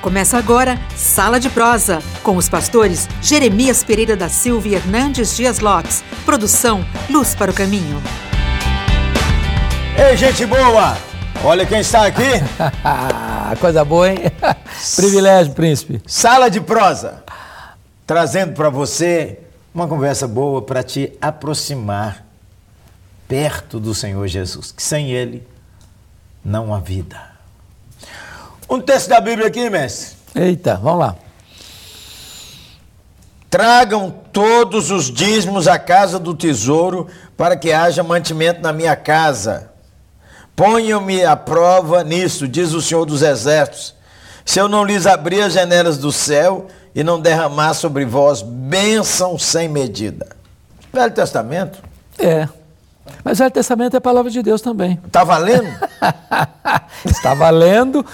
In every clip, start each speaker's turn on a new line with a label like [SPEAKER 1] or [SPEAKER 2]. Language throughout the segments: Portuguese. [SPEAKER 1] Começa agora Sala de Prosa, com os pastores Jeremias Pereira da Silva e Hernandes Dias Lopes. Produção Luz para o Caminho.
[SPEAKER 2] Ei, gente boa! Olha quem está aqui!
[SPEAKER 3] Ah, Coisa boa, hein? Privilégio, príncipe.
[SPEAKER 2] Sala de Prosa, trazendo para você uma conversa boa para te aproximar perto do Senhor Jesus, que sem Ele não há vida. Um texto da Bíblia aqui, mestre.
[SPEAKER 3] Eita, vamos lá.
[SPEAKER 2] Tragam todos os dízimos à casa do tesouro, para que haja mantimento na minha casa. Ponham-me à prova nisso, diz o Senhor dos Exércitos. Se eu não lhes abrir as janelas do céu e não derramar sobre vós bênção sem medida. Velho Testamento.
[SPEAKER 3] É. Mas o Velho Testamento é a palavra de Deus também.
[SPEAKER 2] Tá valendo?
[SPEAKER 3] Está valendo.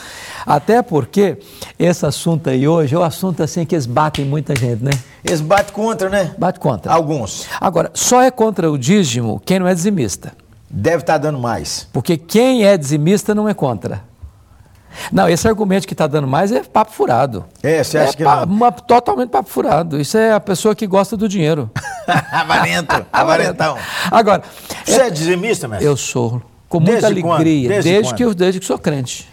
[SPEAKER 3] Até porque esse assunto aí hoje é um assunto assim que eles batem muita gente, né?
[SPEAKER 2] Eles batem contra, né?
[SPEAKER 3] Bate contra.
[SPEAKER 2] Alguns.
[SPEAKER 3] Agora, só é contra o dízimo quem não é dizimista.
[SPEAKER 2] Deve estar dando mais.
[SPEAKER 3] Porque quem é dizimista não é contra. Não, esse argumento que está dando mais é papo furado.
[SPEAKER 2] É, você acha que
[SPEAKER 3] pa-
[SPEAKER 2] não?
[SPEAKER 3] uma- totalmente papo furado. Isso é a pessoa que gosta do dinheiro.
[SPEAKER 2] Avarento, avarentão.
[SPEAKER 3] Agora,
[SPEAKER 2] Você é dizimista, mestre?
[SPEAKER 3] eu sou com
[SPEAKER 2] Desde
[SPEAKER 3] muita
[SPEAKER 2] quando?
[SPEAKER 3] alegria,
[SPEAKER 2] Desde
[SPEAKER 3] desde,
[SPEAKER 2] quando?
[SPEAKER 3] que eu desde que sou crente.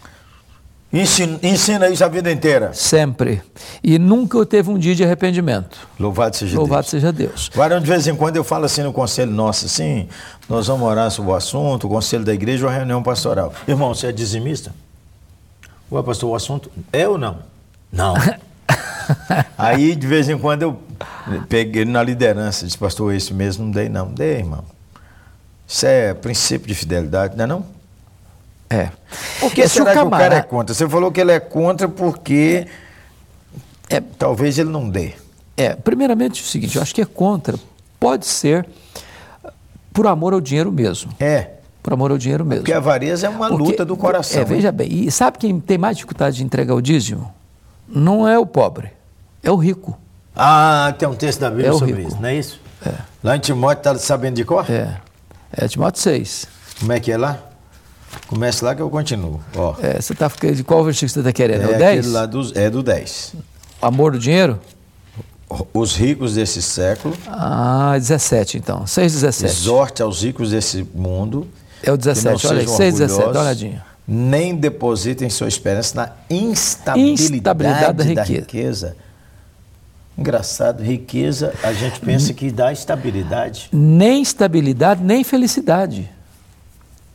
[SPEAKER 2] Ensina, ensina isso a vida inteira.
[SPEAKER 3] Sempre. E nunca eu teve um dia de arrependimento.
[SPEAKER 2] Louvado seja
[SPEAKER 3] Louvado
[SPEAKER 2] Deus.
[SPEAKER 3] seja Deus.
[SPEAKER 2] Varão, de vez em quando eu falo assim no conselho nosso, assim, nós vamos orar sobre o assunto, o conselho da igreja ou a reunião pastoral. Irmão, você é dizimista? Ué, pastor, o assunto é ou não? Não. Aí, de vez em quando, eu peguei ele na liderança, disse, pastor, esse mesmo não dei, não. Dei, irmão. Isso é princípio de fidelidade, não é não?
[SPEAKER 3] É.
[SPEAKER 2] Por que
[SPEAKER 3] Esse
[SPEAKER 2] será que o
[SPEAKER 3] camarada-
[SPEAKER 2] cara é contra? Você falou que ele é contra porque
[SPEAKER 3] É.
[SPEAKER 2] talvez ele não dê.
[SPEAKER 3] É, primeiramente o seguinte, eu acho que é contra. Pode ser por amor ao dinheiro mesmo.
[SPEAKER 2] É,
[SPEAKER 3] Por amor ao dinheiro mesmo.
[SPEAKER 2] porque a avareza é uma
[SPEAKER 3] Porque-
[SPEAKER 2] luta do coração.
[SPEAKER 3] É, veja bem, e sabe quem tem mais dificuldade de entregar o dízimo? Não é o pobre, é o rico.
[SPEAKER 2] Ah, tem um texto da Bíblia
[SPEAKER 3] É o
[SPEAKER 2] sobre
[SPEAKER 3] rico.
[SPEAKER 2] isso, não é isso? Lá em Timóteo, está sabendo de cor?
[SPEAKER 3] É. É Timóteo 6.
[SPEAKER 2] Como é que é lá? Comece lá que eu continuo. Ó,
[SPEAKER 3] É, você tá ficando de qual versículo você está querendo? É, o
[SPEAKER 2] aquele
[SPEAKER 3] 10?
[SPEAKER 2] lá dos, é do 10.
[SPEAKER 3] Amor do dinheiro?
[SPEAKER 2] Os ricos desse século,
[SPEAKER 3] Ah, 17 então. 6, 17.
[SPEAKER 2] exorte aos ricos desse mundo.
[SPEAKER 3] É o 17,
[SPEAKER 2] que não
[SPEAKER 3] olha aí,
[SPEAKER 2] sejam
[SPEAKER 3] 6, 17, dá uma
[SPEAKER 2] orgulhosos,
[SPEAKER 3] olhadinha.
[SPEAKER 2] Nem depositem sua esperança na instabilidade,
[SPEAKER 3] Instabilidade
[SPEAKER 2] da,
[SPEAKER 3] da
[SPEAKER 2] riqueza.
[SPEAKER 3] riqueza.
[SPEAKER 2] Engraçado, riqueza a gente
[SPEAKER 3] Hum.
[SPEAKER 2] pensa que dá estabilidade.
[SPEAKER 3] Nem estabilidade, nem felicidade.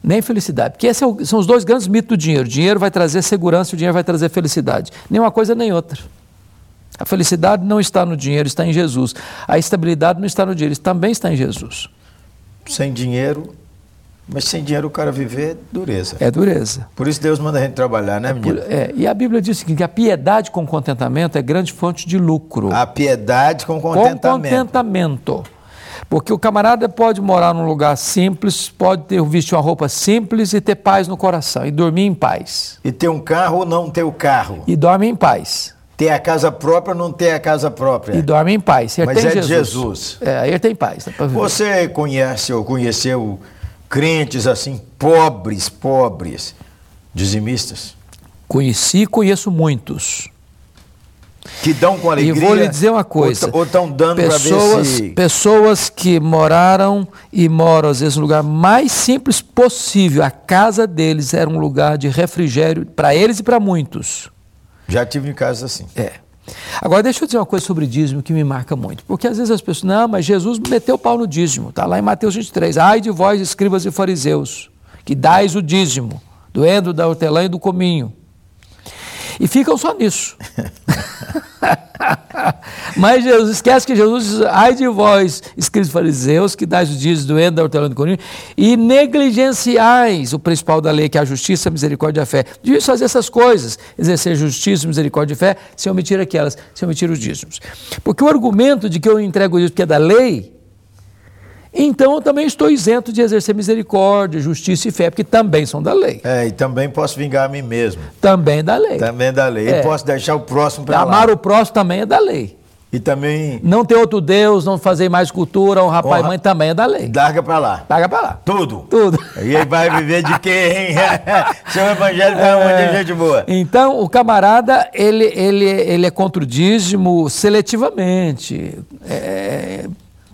[SPEAKER 3] Nem felicidade. Porque esses são os dois grandes mitos do dinheiro. O dinheiro vai trazer segurança, o dinheiro vai trazer felicidade. Nenhuma coisa nem outra. A felicidade não está no dinheiro, está em Jesus. A estabilidade não está no dinheiro, também está em Jesus.
[SPEAKER 2] Sem dinheiro, mas sem dinheiro o cara viver é dureza.
[SPEAKER 3] É dureza.
[SPEAKER 2] Por isso Deus manda a gente trabalhar, né,
[SPEAKER 3] Por-
[SPEAKER 2] menino?
[SPEAKER 3] é, e a Bíblia diz o seguinte: que a piedade com contentamento é grande fonte de lucro.
[SPEAKER 2] A piedade com
[SPEAKER 3] com
[SPEAKER 2] contentamento.
[SPEAKER 3] contentamento. Porque o camarada pode morar num lugar simples, pode ter vestir uma roupa simples e ter paz no coração, e dormir em paz.
[SPEAKER 2] E ter um carro ou não ter o carro.
[SPEAKER 3] E dorme em paz.
[SPEAKER 2] Ter a casa própria ou não ter a casa própria.
[SPEAKER 3] E dorme em paz. Ele
[SPEAKER 2] É. Mas
[SPEAKER 3] tem
[SPEAKER 2] é de
[SPEAKER 3] Jesus.
[SPEAKER 2] Jesus.
[SPEAKER 3] É, aí ele tem paz. dá pra ver.
[SPEAKER 2] Você conhece ou conheceu crentes assim, pobres, pobres, dizimistas,
[SPEAKER 3] Conheci e conheço muitos.
[SPEAKER 2] que dão com alegria?
[SPEAKER 3] e vou lhe dizer uma coisa.
[SPEAKER 2] Ou estão dando para ver
[SPEAKER 3] pessoas,
[SPEAKER 2] se...
[SPEAKER 3] pessoas que moraram e moram, às vezes, no lugar mais simples possível. A casa deles era um lugar de refrigério para eles e para muitos.
[SPEAKER 2] Já tive em casa assim.
[SPEAKER 3] É. Agora, deixa eu dizer uma coisa sobre dízimo que me marca muito. Porque às vezes as pessoas, não, mas Jesus meteu o pau no dízimo. Está lá em Mateus 23. Ai de vós, escribas e fariseus, que dais o dízimo, do endo, da hortelã e do cominho. E ficam só nisso. mas Jesus, esquece que Jesus diz, ai de vós, escribas e fariseus, que dais o dízimo, do endo, da hortelã e do cominho, e negligenciais o principal da lei, que é a justiça, a misericórdia e a fé. Devias fazer essas coisas, exercer justiça, misericórdia e fé, se eu omitir aquelas, se eu omitir os dízimos. Porque o argumento de que eu entrego isso porque é da lei, então eu também estou isento de exercer misericórdia, justiça e fé, porque também são da lei.
[SPEAKER 2] É, e também posso vingar a mim mesmo.
[SPEAKER 3] Também da lei.
[SPEAKER 2] Também da lei.
[SPEAKER 3] É.
[SPEAKER 2] E posso deixar o próximo para lá.
[SPEAKER 3] Amar o próximo também é da lei.
[SPEAKER 2] E também
[SPEAKER 3] Não ter outro Deus, não fazer mais cultura, honrar pai e
[SPEAKER 2] Honra-
[SPEAKER 3] mãe também é da lei.
[SPEAKER 2] larga para lá.
[SPEAKER 3] Paga pra lá.
[SPEAKER 2] Tudo.
[SPEAKER 3] Tudo.
[SPEAKER 2] E aí vai viver de quem? Seu evangelho vai um monte de gente boa.
[SPEAKER 3] Então, o camarada, ele, ele, ele é contra o dízimo seletivamente,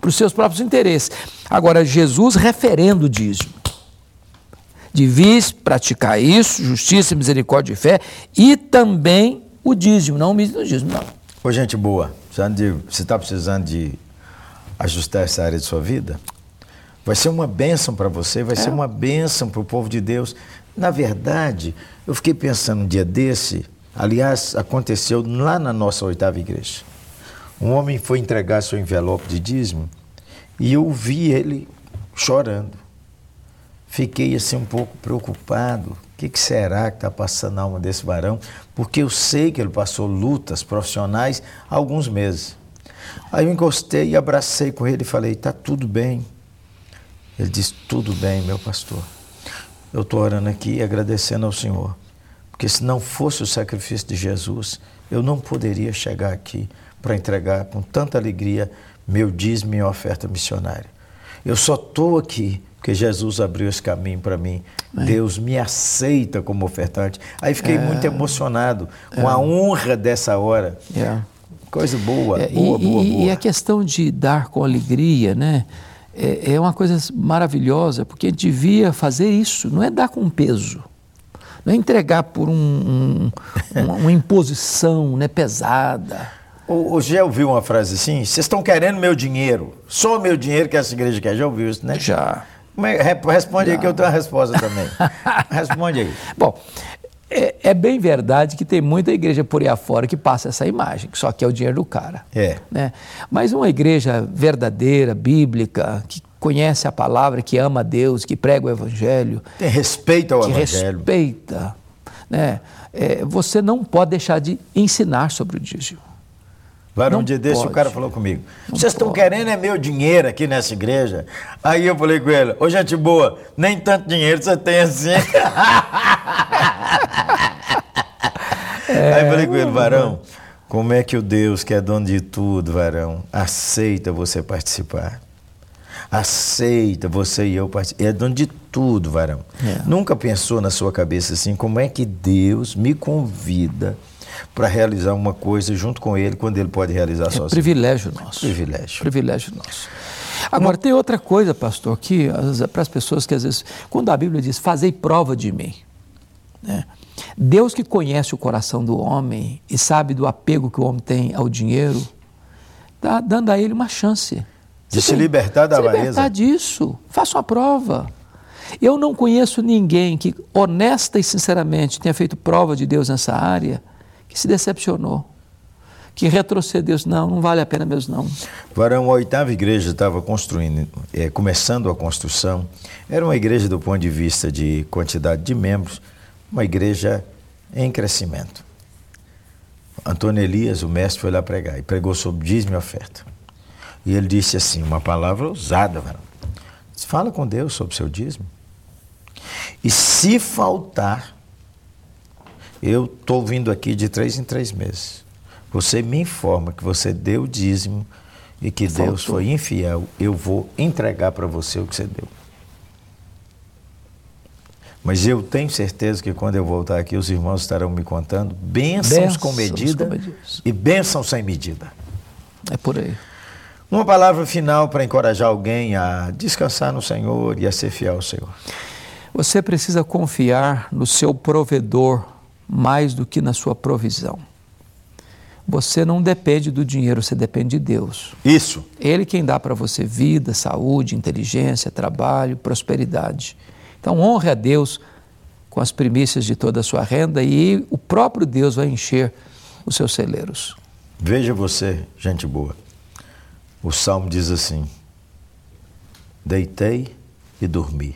[SPEAKER 3] para os seus próprios interesses. Agora, Jesus referendo o dízimo. Devis praticar isso, justiça, misericórdia e fé, e também o dízimo, não o dízimo, não.
[SPEAKER 2] Ô, gente boa, precisando de- você está precisando de ajustar essa área de sua vida? Vai ser uma bênção para você, vai ser uma bênção para o povo de Deus. Na verdade, eu fiquei pensando um dia desse, aliás, aconteceu lá na nossa oitava igreja. Um homem foi entregar seu envelope de dízimo e eu vi ele chorando. Fiquei assim um pouco preocupado. O que, que será que está passando na alma desse varão? Porque eu sei que ele passou lutas profissionais há alguns meses. Aí eu encostei e abracei com ele e falei: Está tudo bem. Ele disse: Tudo bem, meu pastor. Eu estou orando aqui e agradecendo ao Senhor, porque se não fosse o sacrifício de Jesus, eu não poderia chegar aqui para entregar com tanta alegria meu dízimo e minha oferta missionária. Eu só estou aqui porque Jesus abriu esse caminho para mim. Deus me aceita como ofertante. Aí fiquei
[SPEAKER 3] É.
[SPEAKER 2] muito emocionado com a honra dessa hora.
[SPEAKER 3] É.
[SPEAKER 2] Coisa boa,
[SPEAKER 3] É, e-
[SPEAKER 2] boa,
[SPEAKER 3] e,
[SPEAKER 2] boa,
[SPEAKER 3] e
[SPEAKER 2] boa.
[SPEAKER 3] a questão de dar com alegria, né? É, é uma coisa maravilhosa, porque a gente devia fazer isso, não é dar com peso. Não é entregar por um- um- uma, uma imposição né, pesada.
[SPEAKER 2] O, o já ouviu uma frase assim? Vocês estão querendo meu dinheiro. Só o meu dinheiro que essa igreja quer. Já ouviu isso, né?
[SPEAKER 3] Já.
[SPEAKER 2] Como é- re- responde aí que eu tenho a resposta também. responde aí.
[SPEAKER 3] Bom, é, é bem verdade que tem muita igreja por aí afora que passa essa imagem, que só quer o dinheiro do cara.
[SPEAKER 2] É.
[SPEAKER 3] né? Mas uma igreja verdadeira, bíblica, que conhece a palavra, que ama a Deus, que prega o evangelho,
[SPEAKER 2] Tem respeito ao
[SPEAKER 3] que
[SPEAKER 2] evangelho.
[SPEAKER 3] respeita, né? É, você não pode deixar de ensinar sobre o dízimo.
[SPEAKER 2] Lá um
[SPEAKER 3] Não
[SPEAKER 2] dia desse o
[SPEAKER 3] pode.
[SPEAKER 2] cara falou comigo: Vocês estão
[SPEAKER 3] pode.
[SPEAKER 2] querendo é meu dinheiro aqui nessa igreja? Aí eu falei com ele: Ô gente boa, nem tanto dinheiro você tem assim. Aí eu falei com
[SPEAKER 3] É.
[SPEAKER 2] ele: Varão, como é que o Deus que é dono de tudo, Varão, aceita você participar? Aceita você e eu participar. É dono de tudo, Varão.
[SPEAKER 3] É.
[SPEAKER 2] Nunca pensou na sua cabeça assim, como é que Deus me convida para realizar uma coisa junto com Ele quando Ele pode realizar
[SPEAKER 3] É
[SPEAKER 2] sozinho?
[SPEAKER 3] privilégio nosso.
[SPEAKER 2] Privilégio.
[SPEAKER 3] Privilégio nosso. Agora, tem outra coisa, pastor, que às vezes, é para as pessoas que às vezes, quando a Bíblia diz, fazei prova de mim, né? Deus que conhece o coração do homem e sabe do apego que o homem tem ao dinheiro, está dando a ele uma chance.
[SPEAKER 2] De
[SPEAKER 3] Você
[SPEAKER 2] se
[SPEAKER 3] tem-
[SPEAKER 2] libertar da
[SPEAKER 3] se libertar
[SPEAKER 2] avareza.
[SPEAKER 3] disso, faça uma prova. Eu não conheço ninguém que honesta e sinceramente tenha feito prova de Deus nessa área que se decepcionou, que retrocedeu, disse, não, não vale a pena mesmo não.
[SPEAKER 2] Varão, a oitava igreja estava construindo, eh, começando a construção. Era uma igreja do ponto de vista de quantidade de membros, uma igreja em crescimento. Antônio Elias, o mestre, foi lá pregar e pregou sobre dízimo e oferta. E ele disse assim, uma palavra ousada, varão. Disse, Fala com Deus sobre o seu dízimo. E se faltar, eu estou vindo aqui de três em três meses. Você me informa que você deu o dízimo e que Deus foi infiel. Eu vou entregar para você o que você deu. Mas eu tenho certeza que quando eu voltar aqui, os irmãos estarão me contando bênçãos,
[SPEAKER 3] Bênçãos
[SPEAKER 2] com medida
[SPEAKER 3] com medidas.
[SPEAKER 2] e bênçãos sem medida.
[SPEAKER 3] É por aí.
[SPEAKER 2] Uma palavra final para encorajar alguém a descansar no Senhor e a ser fiel ao Senhor.
[SPEAKER 3] Você precisa confiar no seu provedor mais do que na sua provisão. Você não depende do dinheiro, você depende de Deus.
[SPEAKER 2] Isso.
[SPEAKER 3] Ele quem dá para você vida, saúde, inteligência, trabalho, prosperidade. Então honre a Deus com as primícias de toda a sua renda e o próprio Deus vai encher os seus celeiros.
[SPEAKER 2] Veja você, gente boa. O salmo diz assim: Deitei e dormi,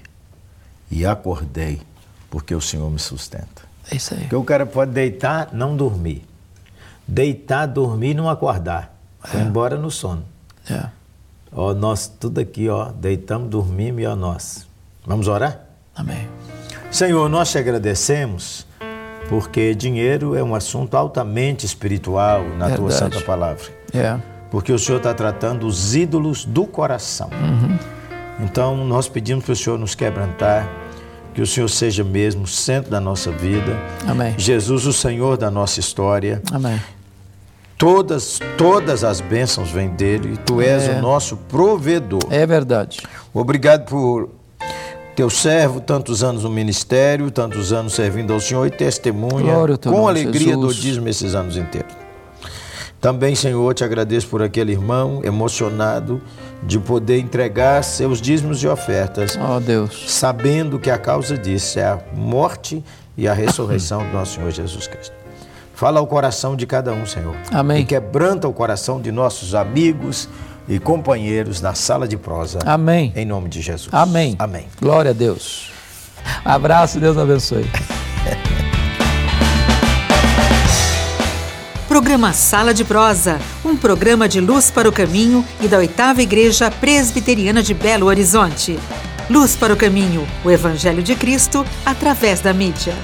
[SPEAKER 2] e acordei, porque o Senhor me sustenta.
[SPEAKER 3] É isso aí.
[SPEAKER 2] Porque o cara pode deitar, não dormir. Deitar, dormir e não acordar. Foi embora no sono.
[SPEAKER 3] É.
[SPEAKER 2] Ó, nós tudo aqui, ó, deitamos, dormimos e ó, nós. Vamos orar?
[SPEAKER 3] Amém.
[SPEAKER 2] Senhor, nós te agradecemos porque dinheiro é um assunto altamente espiritual na tua
[SPEAKER 3] Verdade.
[SPEAKER 2] santa palavra.
[SPEAKER 3] É.
[SPEAKER 2] porque o Senhor está tratando os ídolos do coração.
[SPEAKER 3] Uhum.
[SPEAKER 2] Então, nós pedimos para o Senhor nos quebrantar, que o Senhor seja mesmo o centro da nossa vida.
[SPEAKER 3] Amém.
[SPEAKER 2] Jesus, o Senhor da nossa história.
[SPEAKER 3] Amém.
[SPEAKER 2] Todas, todas as bênçãos vêm dele. e Tu és
[SPEAKER 3] É.
[SPEAKER 2] o nosso provedor.
[SPEAKER 3] É verdade.
[SPEAKER 2] Obrigado por teu servo, tantos anos no ministério, tantos anos servindo ao Senhor e testemunha
[SPEAKER 3] Glória ao teu
[SPEAKER 2] com
[SPEAKER 3] nome,
[SPEAKER 2] alegria do
[SPEAKER 3] Jesus.
[SPEAKER 2] dízimo esses anos inteiros. Também, Senhor, te agradeço por aquele irmão emocionado de poder entregar seus dízimos e ofertas,
[SPEAKER 3] Ó Deus.
[SPEAKER 2] sabendo que a causa disso é a morte e a ressurreição do nosso Senhor Jesus Cristo. Fala ao coração de cada um, Senhor.
[SPEAKER 3] Amém.
[SPEAKER 2] E quebranta o coração de nossos amigos e companheiros na sala de prosa.
[SPEAKER 3] Amém.
[SPEAKER 2] Em nome de Jesus.
[SPEAKER 3] Amém.
[SPEAKER 2] Amém.
[SPEAKER 3] Glória a Deus. Abraço, Deus abençoe.
[SPEAKER 1] Programa Sala de Prosa, um programa de luz para o caminho e da oitava Igreja Presbiteriana de Belo Horizonte. Luz para o caminho, o Evangelho de Cristo através da mídia.